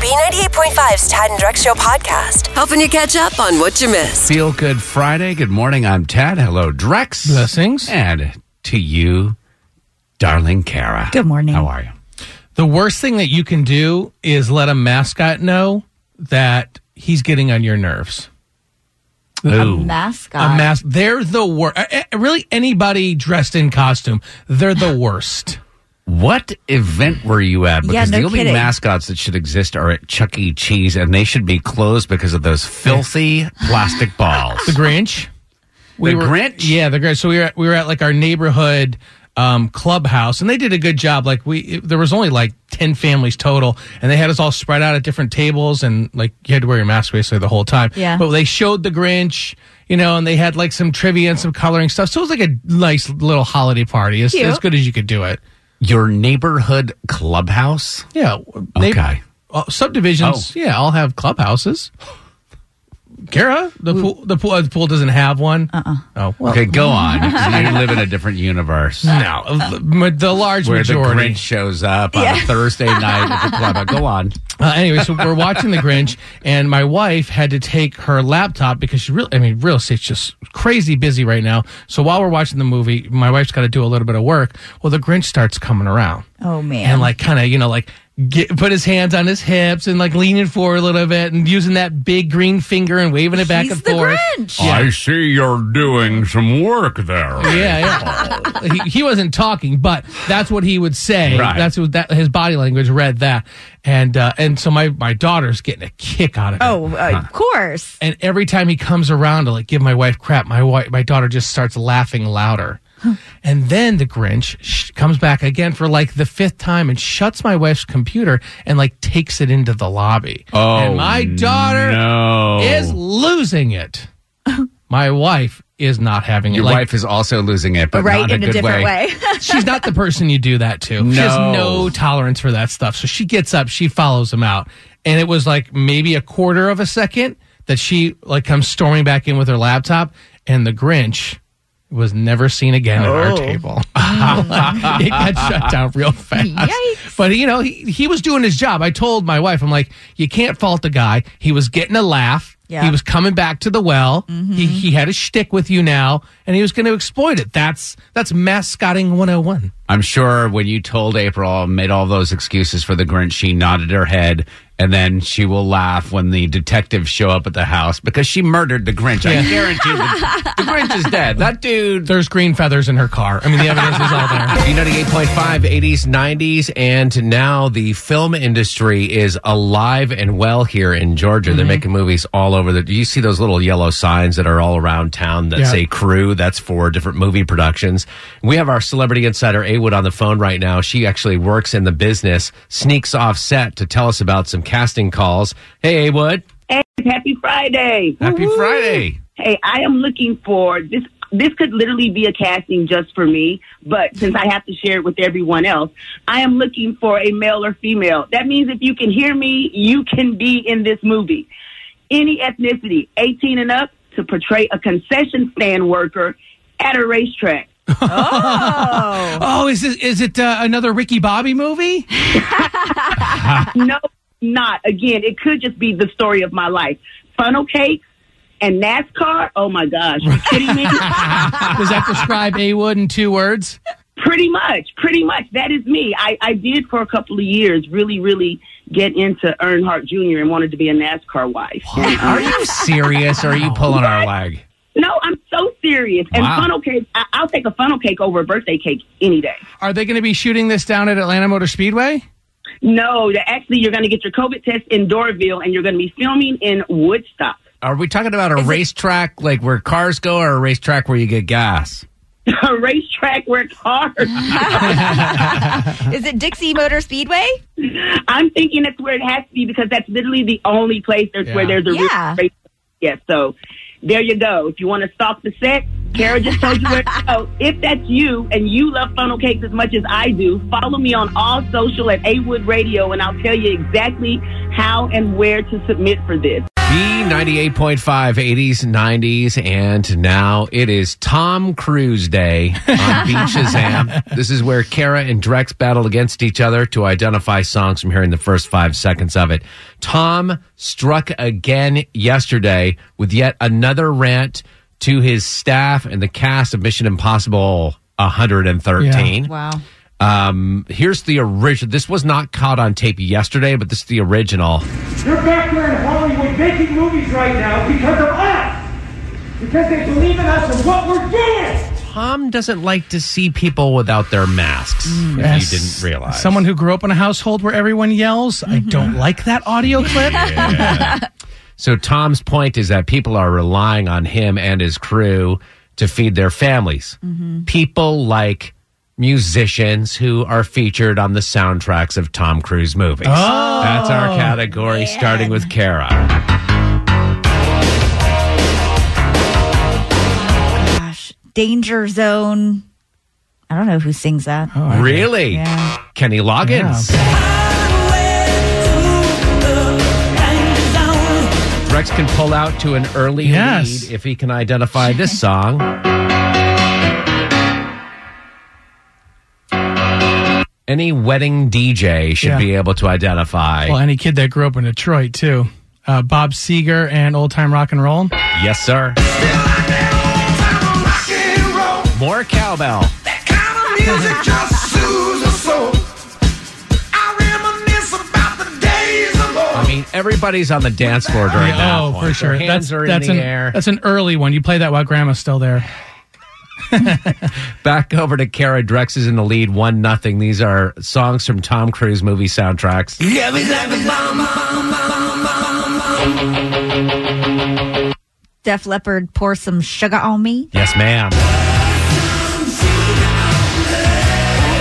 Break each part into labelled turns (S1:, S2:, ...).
S1: B98.5's Tad and Drex Show podcast, helping you catch up on what you missed.
S2: Feel Good Friday. Good morning. I'm Tad. Hello, Drex.
S3: Blessings.
S2: And to you, darling Kara.
S4: Good morning.
S2: How are you?
S3: The worst thing that you can do is let a mascot know that he's getting on your nerves.
S4: A
S2: Ooh.
S4: mascot.
S3: A mas- they're the worst. Really, anybody dressed in costume, they're the worst.
S2: What event were you at?
S4: Yeah,
S2: Because the
S4: no
S2: only
S4: kidding.
S2: mascots that should exist are at Chuck E. Cheese, and they should be closed because of those filthy plastic balls.
S3: The Grinch. We
S2: The
S3: were,
S2: Grinch?
S3: Yeah, the Grinch. So we were at, we were at like our neighborhood um, clubhouse, and they did a good job. Like we, it- there was only like ten families total, and they had us all spread out at different tables, and like you had to wear your mask basically the whole time.
S4: Yeah.
S3: But they showed the Grinch, you know, and they had like some trivia and some coloring stuff. So it was like a nice little holiday party, as,
S4: Cute.
S3: as good as you could do it.
S2: Your neighborhood clubhouse?
S3: Yeah. They,
S2: Okay.
S3: uh, subdivisions,
S2: Oh.
S3: yeah, all have clubhouses. Kara, the pool, the pool, uh, the pool doesn't have one. Uh-uh. Oh, well,
S2: Okay, go on. 'cause you live in a different universe.
S3: No,
S4: Uh.
S3: of the, ma- the large
S2: Where the
S3: majority.
S2: Grinch shows up on a
S4: Yeah.
S2: Thursday night at the club. Go on.
S3: Uh, anyway, so we're watching the Grinch, and my wife had to take her laptop because she really, I mean, real estate's just crazy busy right now. So while we're watching the movie, my wife's got to do a little bit of work. Well, the Grinch starts coming around.
S4: Oh, man.
S3: And like, kind of, you know, like. Get, put his hands on his hips and like leaning forward a little bit and using that big green finger and waving it back
S4: He's
S3: and
S4: the
S3: forth.
S4: Grinch.
S3: Yeah.
S2: see you're doing some work there.
S3: Yeah, yeah. he, he wasn't talking, but that's what he would say.
S2: Right.
S3: That's what that his body language read that, and uh, and so my my daughter's getting a kick out of it.
S4: Oh, uh, of course.
S3: And every time he comes around to like give my wife crap, my wife, my daughter just starts laughing louder. And then the Grinch sh- comes back again for like the fifth time and shuts my wife's computer and like takes it into the lobby.
S2: Oh,
S3: and my daughter
S2: no.
S3: is losing it. my wife is not having it.
S2: Your
S3: Like,
S2: wife is also losing it, but
S4: right
S2: not
S4: in a,
S2: good
S4: different way.
S3: she's not the person you do that to. She has
S2: No.
S3: no tolerance for that stuff. So she gets up, she follows him out. And it was like maybe a quarter of a second that she like comes storming back in with her laptop and the Grinch was never seen again at our table. it got shut down real fast.
S4: Yikes.
S3: But you know, he, he was doing his job. I told my wife, I'm like, you can't fault the guy. He was getting a laugh.
S4: Yeah.
S3: He was coming back to the well. He, he had a shtick with you now, and he was going to exploit it. That's that's mascotting 101.
S2: I'm sure when you told April made all those excuses for the Grinch, she nodded her head, and then she will laugh when the detectives show up at the house because she murdered the Grinch. I
S3: Yeah.
S2: guarantee the, the Grinch is dead. That dude.
S3: There's green feathers in her car. I mean, the evidence is all there.
S5: B98.5, 80s, 90s, and now the film industry is alive and well here in Georgia.
S2: Mm-hmm.
S5: They're making movies all over the. Do you see those little yellow signs that are all around town that
S3: Yeah.
S5: say crew? That's for different movie productions. We have our celebrity insider, A Wood, on the phone right now. She actually works in the business, sneaks off set to tell us about some casting calls. Hey, A Wood.
S6: Happy Friday.
S2: Happy Friday.
S6: Hey, I am looking for this. This could literally be a casting just for me, but since I have to share it with everyone else, I am looking for a male or female. That means if you can hear me, you can be in this movie. Any ethnicity, 18 and up, to portray a concession stand worker at a racetrack.
S4: Oh.
S3: Oh, is this, is it uh, another Ricky Bobby movie?
S6: no, not again. It could just be the story of my life. Funnel cakes and NASCAR. Oh my gosh, you kidding me?
S3: Does that describe A Wood in two words?
S6: Pretty much, pretty much. That is me. I, I did for a couple of years really, really get into Earnhardt Jr. and wanted to be a NASCAR wife. And, um,
S2: Are you serious? Or are you pulling our leg?
S6: no, I'm so serious. And
S2: Wow.
S6: funnel cake, I, I'll take a funnel cake over a birthday cake any day.
S3: Are they going to be shooting this down at Atlanta Motor Speedway?
S6: No, that actually, you're going to get your COVID test in Doraville and you're going to be filming in Woodstock.
S2: Are we talking about a
S4: it-
S2: racetrack like where cars go, or a racetrack where you get gas?
S6: a racetrack where cars.
S4: Is it Dixie Motor Speedway?
S6: I'm thinking that's where it has to be because that's literally the only place there's where
S3: Yeah.
S6: there's a
S4: Yeah.
S6: real race. Yeah, so there you go. If you want to stalk the set, Kara just told you where to go. If that's you and you love funnel cakes as much as I do, follow me on all social at A Wood Radio and I'll tell you exactly how and where to submit for this.
S2: B98.5, 80s, 90s, and now it is Tom Cruise Day on Beach Shazam. This is where Kara and Drex battle against each other to identify songs from hearing the first five seconds of it. Tom struck again yesterday with yet another rant to his staff and the cast of Mission Impossible 113.
S4: Wow.
S2: Um, here's the original. This was not caught on tape yesterday, but this is the original.
S7: You're back there in Hollywood making movies right now because of us. Because they believe in us and what we're doing.
S2: Tom doesn't like to see people without their masks. If you didn't realize. Mm-hmm.
S3: Someone who grew up in a household where everyone yells, I don't like that audio clip.
S2: so Tom's point is that people are relying on him and his crew to feed their families.
S3: Mm-hmm.
S2: People like musicians who are featured on the soundtracks of Tom Cruise movies.
S3: Oh.
S2: That's our category, starting with Kara.
S4: Gosh. Danger Zone. I don't know who sings that.
S3: Oh.
S2: Really?
S4: Yeah.
S2: Kenny Loggins. Rex can pull out to an early
S3: Yes.
S2: lead if he can identify this song. Any wedding DJ should
S3: Yeah.
S2: be able to identify.
S3: Well, any kid that grew up in Detroit, too. Uh, Bob Seger and Old Time Rock and Roll.
S2: yes, sir. More cowbell. I mean, everybody's on the dance floor during that.
S3: oh,
S2: point.
S3: for
S2: Their
S3: sure.
S2: Hands
S3: That's,
S2: are in
S3: that's
S2: the
S3: an,
S2: air.
S3: That's an early one. You play that while grandma's still there.
S2: Back over to Kara Drex is in the lead, one nothing. These are songs from Tom Cruise movie soundtracks.
S4: Def Leppard, Pour Some Sugar on Me.
S2: Yes, ma'am.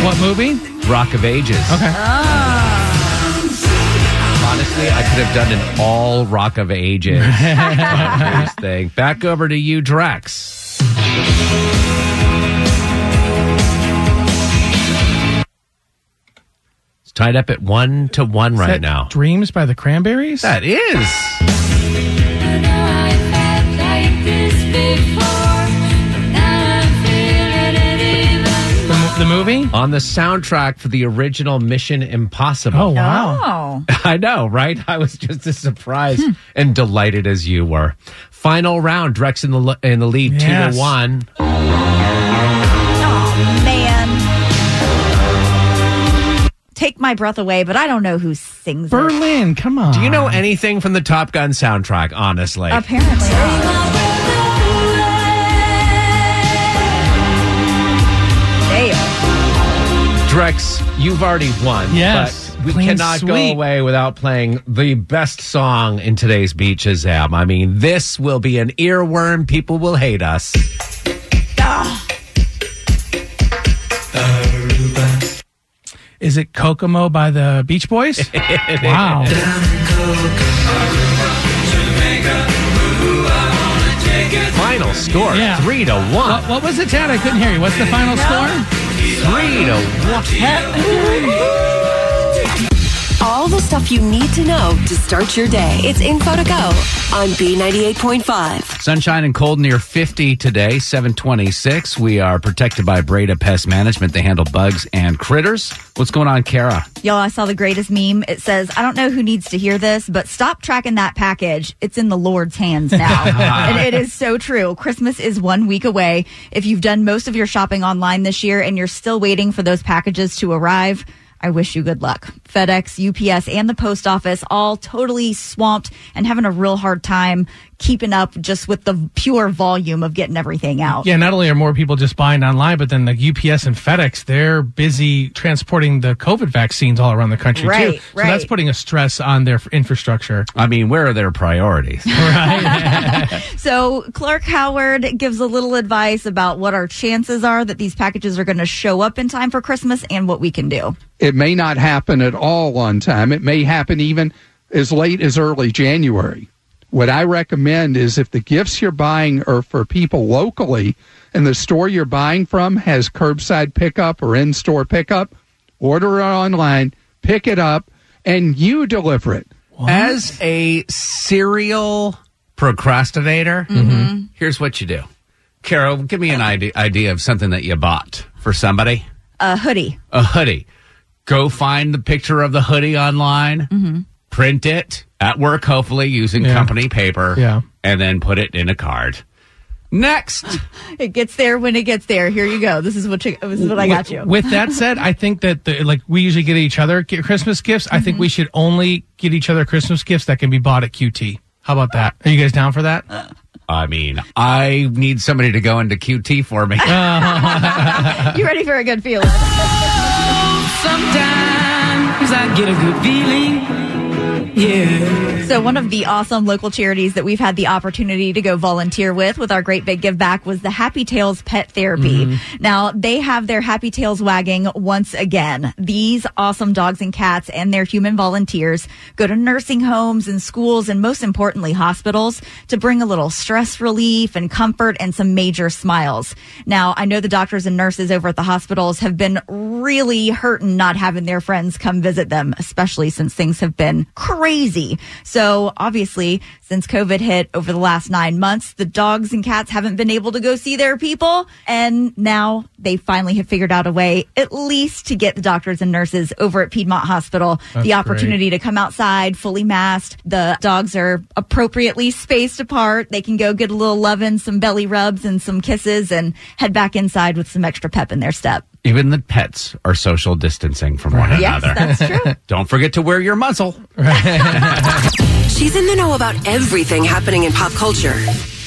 S3: What movie?
S2: Rock of Ages. Okay. Honestly, I could have done an all Rock of Ages Tom Cruise thing. Back over to you, Drex. It's tied up at one to one right
S3: That
S2: now.
S3: Dreams by the Cranberries?
S2: That is.
S3: the, mo- the movie?
S2: On the soundtrack for the original Mission Impossible.
S3: Oh, wow.
S4: Oh.
S2: I know, right? I was just as surprised
S3: Hmm.
S2: and delighted as you were. Final round, Drex in the le- in the lead, two
S3: Yes.
S2: to one.
S4: Oh, man. Take my breath away, but I don't know who sings it.
S3: Berlin, come on.
S2: Do you know anything from the Top Gun soundtrack? Honestly,
S4: Apparently. not. Damn.
S2: Drex, you've already won.
S3: Yes.
S2: but we
S3: Clean
S2: cannot go
S3: sweep.
S2: away without playing the best song in today's Beach Shazam. I mean, this will be an earworm. People will hate us.
S3: Is it Kokomo by the Beach Boys? wow.
S2: Final score,
S3: Yeah.
S2: three to one.
S3: What, what was the Tad? I couldn't hear you. What's the final score?
S2: Three to one.
S1: All the stuff you need to know to start your day. It's info to go on B98.5.
S2: Sunshine and cold near 50 today, 726. We are protected by Breda Pest Management. They handle bugs and critters. What's going on, Kara?
S4: Y'all, I saw the greatest meme. It says, I don't know who needs to hear this, but stop tracking that package. It's in the Lord's hands now. and it is so true. Christmas is one week away. If you've done most of your shopping online this year and you're still waiting for those packages to arrive, I wish you good luck. FedEx, UPS, and the post office all totally swamped and having a real hard time keeping up just with the pure volume of getting everything out.
S3: Yeah, not only are more people just buying online, but then the UPS and FedEx, they're busy transporting the COVID vaccines all around the country,
S4: Right,
S3: too. So that's
S4: right.
S3: putting a stress on their f- infrastructure.
S2: I mean, where are their priorities?
S4: So Clark Howard gives a little advice about what our chances are that these packages are going to show up in time for Christmas and what we can do.
S8: It may not happen at all on time. It may happen even as late as early January. What I recommend is if the gifts you're buying are for people locally and the store you're buying from has curbside pickup or in store pickup, order it online, pick it up, and you deliver it.
S2: As a serial procrastinator, here's what you do. Carol, give me an idea, idea of something that you bought for somebody.
S4: A hoodie.
S2: A hoodie. Go find the picture of the hoodie online, print it at work, hopefully using
S3: Mm-hmm. Yeah.
S2: company paper,
S3: Yeah.
S2: and then put it in a card. Next.
S4: It gets there when it gets there. Here you go. This is what you, this is what I got you.
S3: With that said, I think that the, like we usually get each other gi- Christmas gifts. I think we should only get each other Christmas gifts that can be bought at QT. How about that? Are you guys down for that?
S2: I mean, I need somebody to go into QT for me.
S4: you ready for a good feeling?
S9: Sometimes I get a good feeling. Yeah.
S4: So one of the awesome local charities that we've had the opportunity to go volunteer with with our great big give back was the Happy Tails Pet Therapy. Now they have their Happy Tails wagging once again. These awesome dogs and cats and their human volunteers go to nursing homes and schools and most importantly hospitals to bring a little stress relief and comfort and some major smiles. Now I know the doctors and nurses over at the hospitals have been really hurting not having their friends come visit them, especially since things have been crazy. So obviously, since COVID hit over the last nine months, the dogs and cats haven't been able to go see their people. And now they finally have figured out a way, at least to get the doctors and nurses over at Piedmont Hospital the opportunity to come outside fully masked. The dogs are appropriately spaced apart. They can go get a little loving, some belly rubs and some kisses and head back inside with some extra pep in their step.
S2: Even the pets are social distancing from one
S4: Yes,
S2: another.
S4: that's true.
S2: Don't forget to wear your muzzle.
S1: She's in the know about everything happening in pop culture.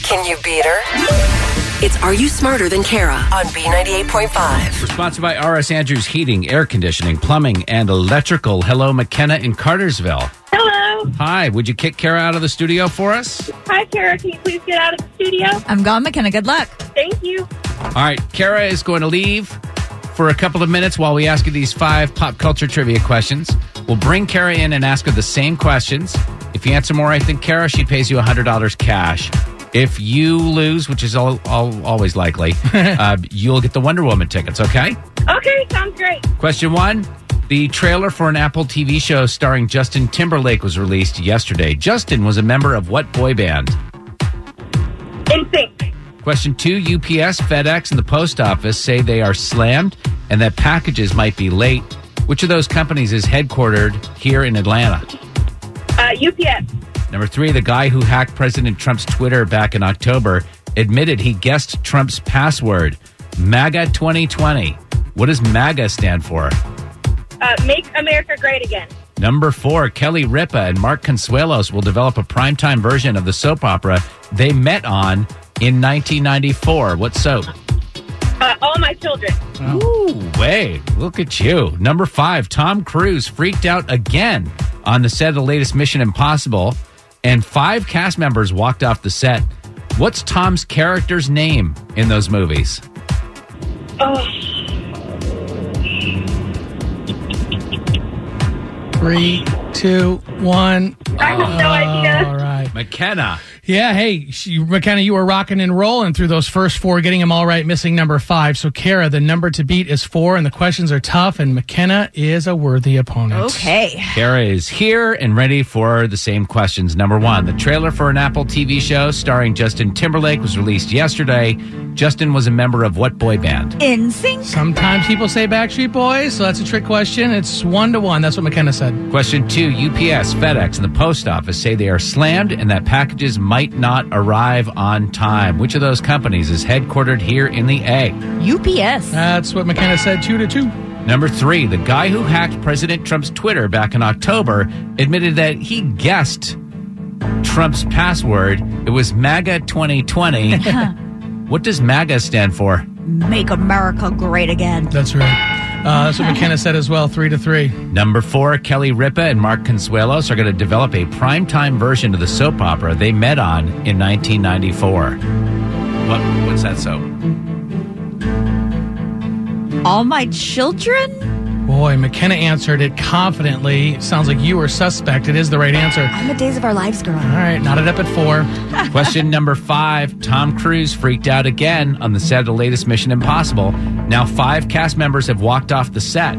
S1: Can you beat her? It's Are You Smarter Than Kara on B98.5.
S2: We're sponsored by RS Andrews Heating, Air Conditioning, Plumbing, and Electrical. Hello, McKenna in Cartersville.
S8: Hello.
S2: Hi, would you kick Kara out of the studio for us?
S8: Hi, Kara. Can you please get out of the studio?
S4: I'm gone, McKenna. Good luck.
S8: Thank you.
S2: All right, Kara is going to leave for a couple of minutes while we ask you these five pop culture trivia questions. We'll bring Kara in and ask her the same questions. If you answer more right than Kara, she pays you $100 cash. If you lose, which is all, all, always likely, uh, you'll get the Wonder Woman tickets, okay?
S8: Okay, sounds great.
S2: Question one The trailer for an Apple TV show starring Justin Timberlake was released yesterday. Justin was a member of what boy band?
S8: In sync.
S2: Question two UPS, FedEx, and the post office say they are slammed and that packages might be late. Which of those companies is headquartered here in Atlanta?
S8: Uh, UPS.
S2: Number three, the guy who hacked President Trump's Twitter back in October admitted he guessed Trump's password, MAGA 2020. What does MAGA stand for?
S8: Uh, make America great again.
S2: Number four, Kelly Ripa and Mark Consuelos will develop a primetime version of the soap opera they met on in 1994. What soap?
S8: Uh, all my children.
S2: Ooh, way. Look at you. Number five, Tom Cruise freaked out again on the set of the latest Mission Impossible, and five cast members walked off the set. What's Tom's character's name in those movies?
S8: Oh,
S3: Three, two, one.
S8: I have no
S3: All
S8: idea.
S3: right.
S2: McKenna.
S3: Yeah, hey, she, McKenna, you were rocking and rolling through those first four, getting them all right, missing number five. So, Kara, the number to beat is four, and the questions are tough, and McKenna is a worthy opponent.
S4: Okay.
S2: Kara is here and ready for the same questions. Number one, the trailer for an Apple TV show starring Justin Timberlake was released yesterday. Justin was a member of what boy band?
S4: In sync.
S3: Sometimes people say Backstreet Boys, so that's a trick question. It's one to one. That's what McKenna said.
S2: Question two UPS, FedEx, and the post office say they are slammed and that packages might not arrive on time. Which of those companies is headquartered here in the A?
S4: UPS.
S3: That's what McKenna said, two to two.
S2: Number three, the guy who hacked President Trump's Twitter back in October admitted that he guessed Trump's password. It was MAGA 2020. what does MAGA stand for?
S4: Make America great again.
S3: That's right. Uh, that's what McKenna said as well, three to three.
S2: Number four, Kelly Ripa and Mark Consuelos are going to develop a primetime version of the soap opera they met on in 1994. What, what's that soap?
S4: All my children?
S3: Boy, McKenna answered it confidently. Sounds like you were suspect. It is the right answer.
S4: I'm a Days of Our Lives girl.
S3: All right, knotted up at four.
S2: Question number five Tom Cruise freaked out again on the set of the latest Mission Impossible. Now, five cast members have walked off the set.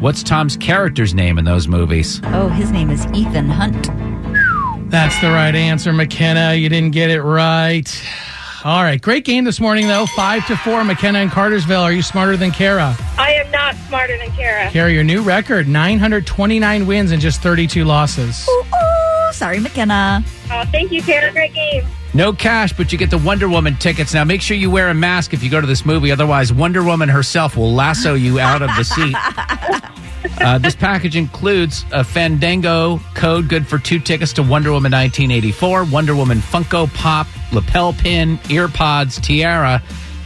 S2: What's Tom's character's name in those movies?
S4: Oh, his name is Ethan Hunt.
S3: That's the right answer, McKenna. You didn't get it right. All right, great game this morning though. Five to four, McKenna and Cartersville. Are you smarter than Kara?
S8: I am not smarter than Kara.
S3: Kara, your new record: 929 wins and just 32 losses.
S4: Ooh, ooh, sorry, McKenna.
S8: Oh, thank you, Kara. Great game.
S2: No cash, but you get the Wonder Woman tickets. Now, make sure you wear a mask if you go to this movie. Otherwise, Wonder Woman herself will lasso you out of the seat. Uh, this package includes a Fandango code good for two tickets to Wonder Woman 1984, Wonder Woman Funko Pop, lapel pin, ear pods, tiara,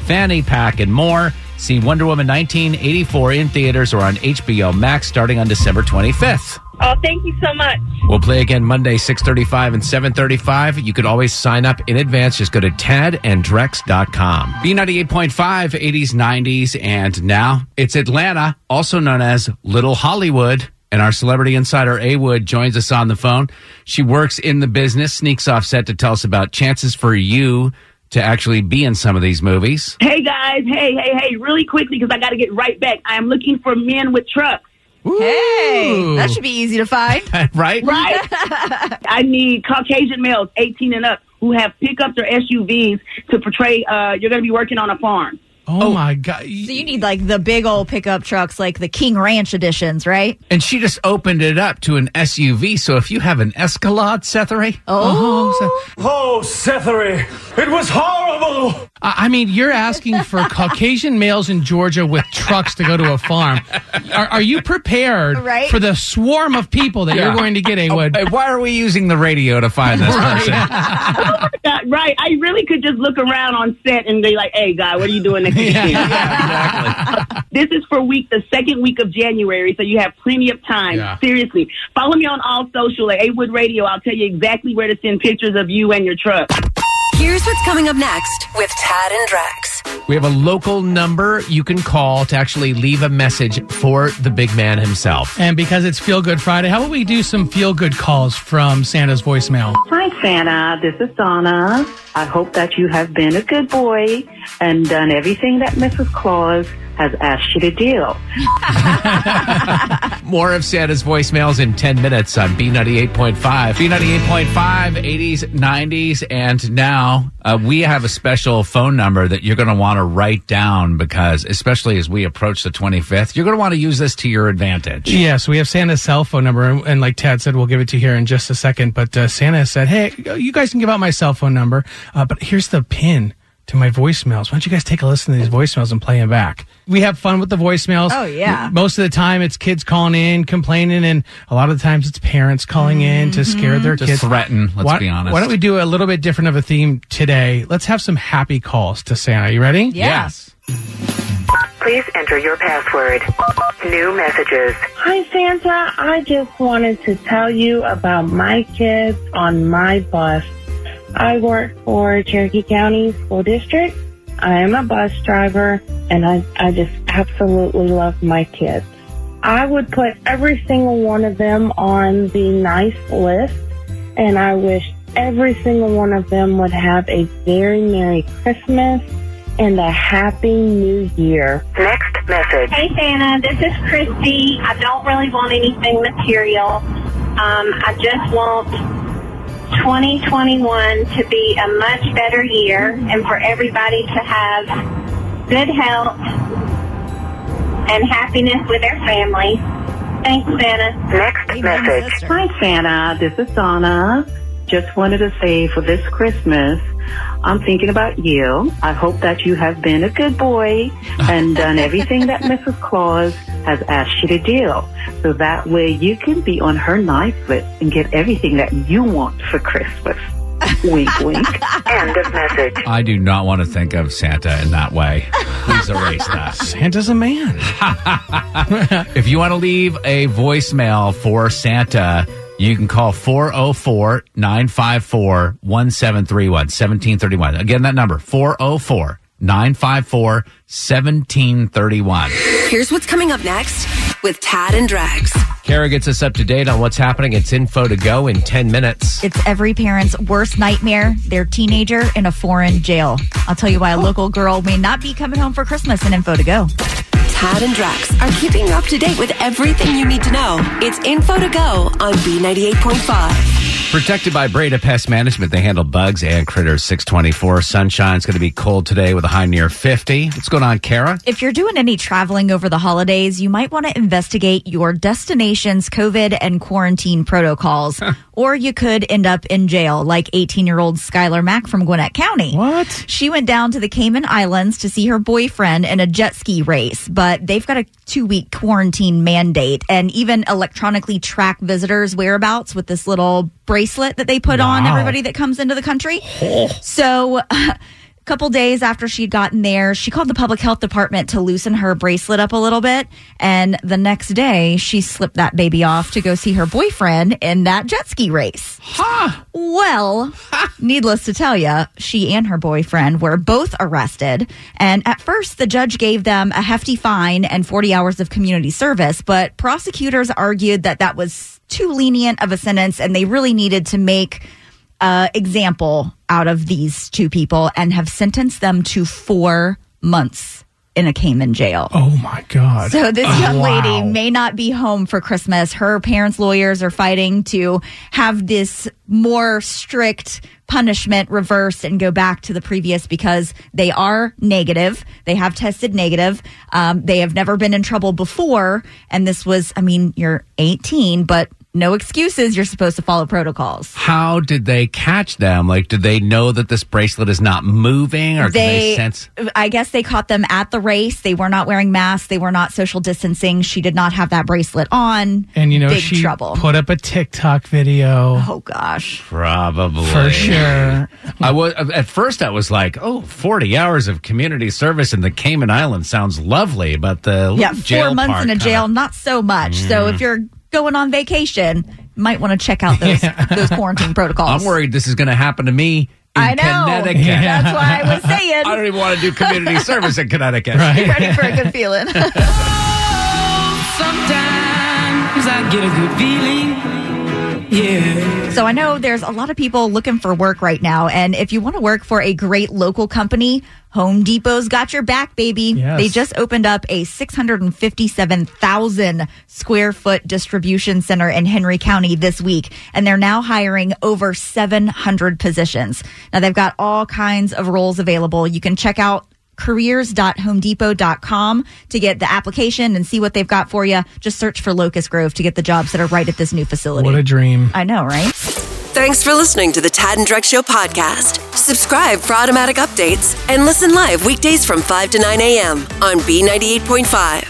S2: fanny pack, and more. See Wonder Woman 1984 in theaters or on HBO Max starting on December 25th.
S8: Oh, thank you so much.
S5: We'll play again Monday, 635 and 735. You could always sign up in advance. Just go to tedandrex.com.
S2: B98.5, 80s, 90s, and now it's Atlanta, also known as Little Hollywood. And our celebrity insider, A Wood, joins us on the phone. She works in the business, sneaks off set to tell us about chances for you to actually be in some of these movies.
S6: Hey guys, hey, hey, hey, really quickly because I got to get right back. I am looking for men with trucks.
S4: Hey, that should be easy to find.
S2: Right?
S6: Right? I need Caucasian males, 18 and up, who have pickups or SUVs to portray uh, you're going to be working on a farm.
S3: Oh, my god!
S4: So you need like the big old pickup trucks, like the King Ranch editions, right?
S2: And she just opened it up to an SUV. So if you have an Escalade, Uh-huh. Sethery,
S4: Oh,
S7: Oh, Sethery, it was horrible!
S3: I I mean, you're asking for Caucasian males in Georgia with trucks to go to a farm. Are, are you prepared
S4: Right?
S3: for the swarm of people that you're going to get, A Wood?
S2: Hey, why are we using the radio to find this person?
S6: Yeah, Uh, right. I really could just look around on set and be like, hey, guy, what are you doing next weekend? This is for week, the second week of January, so you have plenty of time.
S3: Yeah.
S6: Seriously. Follow me on all social at A Wood Radio. I'll tell you exactly where to send pictures of you and your truck.
S1: Here's what's coming up next with Tad and Drex.
S5: We have a local number you can call to actually leave a message for the big man himself.
S3: And because it's Feel Good Friday, how about we do some feel good calls from Santa's voicemail?
S10: Hi, Santa. This is Donna. I hope that you have been a good boy and done everything that Mrs. Claus has asked you to do.
S5: More of Santa's voicemails in 10 minutes on B98.5.
S2: B98.5, 80s, 90s, and now uh, we have a special phone number that you're going to want to write down because, especially as we approach the 25th, you're going to want to use this to your advantage.
S3: Yes, we have Santa's cell phone number, and, and like Tad said, we'll give it to you here in just a second. But uh, Santa said, "Hey, you guys can give out my cell phone number, uh, but here's the pin to my voicemails. Why don't you guys take a listen to these voicemails and play them back? We have fun with the voicemails.
S4: Oh, yeah.
S3: M- Most of the time, it's kids calling in, complaining, and a lot of the times it's parents calling in to
S4: Mm-hmm.
S3: scare their kids.
S2: threaten, let's
S3: why,
S2: be honest.
S3: Why don't we do a little bit different of a theme today? Let's have some happy calls to Santa. You ready?
S4: yeah.
S10: Please enter your password. New messages.
S8: Hi, Santa. I just wanted to tell you about my kids on my bus. I work for Cherokee County School District. I am a bus driver, and I, I just absolutely love my kids. I would put every single one of them on the nice list, and I wish every single one of them would have a very Merry Christmas and a Happy New Year.
S10: Next message.
S8: Hey Santa, this is Christy. I don't really want anything material. Um, I just want 2021 to be a much better year and for everybody to have good health and happiness with their family. Thanks, Santa.
S10: Next
S4: Amen,
S10: message.
S4: sister.
S10: Hi, Santa. This is Donna. Just wanted to say for this Christmas, I'm thinking about you. I hope that you have been a good boy and done everything that Mrs. Claus has asked you to do. So that way you can be on her nice list and get everything that you want for Christmas. wink, wink. End of message.
S2: I do not want to think of Santa in that way. Please erase that.
S3: Santa's a man.
S2: If you want to leave a voicemail for Santa, you can call 404 954 1731, 1731. Again, that number 404 954 1731.
S1: Here's what's coming up next with Tad and Drex.
S5: Kara gets us up to date on what's happening. It's info to go in 10 minutes.
S4: It's every parent's worst nightmare, their teenager in a foreign jail. I'll tell you why a local girl may not be coming home for Christmas in info to go.
S1: Tad and Drax are keeping you up to date with everything you need to know. It's info to go on B98.5.
S2: Protected by Breda Pest Management, they handle bugs and critters. 624. Sunshine's going to be cold today with a high near 50. What's going on, Kara?
S4: If you're doing any traveling over the holidays, you might want to investigate your destination's COVID and quarantine protocols, or you could end up in jail, like 18 year old Skylar Mack from Gwinnett County.
S3: What?
S4: She went down to the Cayman Islands to see her boyfriend in a jet ski race, but they've got a two week quarantine mandate and even electronically track visitors' whereabouts with this little bracelet that they put on
S11: Wow.
S4: everybody that comes into the country. So, a couple days after she'd gotten there, she called the public health department to loosen her bracelet up a little bit. And the next day, she slipped that baby off to go see her boyfriend in that jet ski race.
S2: Ha!
S4: Well, needless to tell you, she and her boyfriend were both arrested. And at first, the judge gave them a hefty fine and 40 hours of community service. But prosecutors argued that that was too lenient of a sentence and they really needed to make uh, example out of these two people and have sentenced them to four months in a Cayman jail.
S3: Oh my God.
S4: So this young
S3: Oh, Wow.
S4: lady may not be home for Christmas. Her parents' lawyers are fighting to have this more strict punishment reversed and go back to the previous because they are negative. They have tested negative. Um, they have never been in trouble before, and this was. I mean, you're 18, but no excuses. You're supposed to follow protocols.
S2: How did they catch them? Like, did they know that this bracelet is not moving or did they sense?
S4: I guess they caught them at the race. They were not wearing masks. They were not social distancing. She did not have that bracelet on.
S3: And you know,
S4: big
S3: she
S4: trouble.
S3: put up a TikTok video.
S4: Oh gosh.
S2: Probably.
S3: For sure.
S2: I was at first I was like, "Oh, 40 hours of community service in the Cayman Islands sounds lovely, but the
S4: Yeah,
S2: little jail
S4: four months
S2: part
S4: in a
S2: kinda-
S4: jail, not so much. So
S2: Mm.
S4: if you're going on vacation, you might want to check out those those quarantine protocols.
S2: I'm worried this is going to happen to me in
S4: I know.
S2: Connecticut.
S4: That's why I was saying.
S2: I don't even want to do community service in Connecticut.
S9: Right.
S4: ready for a good feeling.
S9: Sometimes I get a good feeling. Yeah.
S4: So I know there's a lot of people looking for work right now, and if you want to work for a great local company, Home Depot's got your back, baby.
S11: Yes.
S4: They just opened up a 657,000 square foot distribution center in Henry County this week, and they're now hiring over 700 positions. Now they've got all kinds of roles available. You can check out careers.homedepot.com to get the application and see what they've got for you. Just search for Locust Grove to get the jobs that are right at this new facility.
S3: What a dream.
S4: I know, right?
S1: Thanks for listening to the Tad and Drex Show podcast. Subscribe for automatic updates and listen live weekdays from 5 to 9 a.m. on B98.5.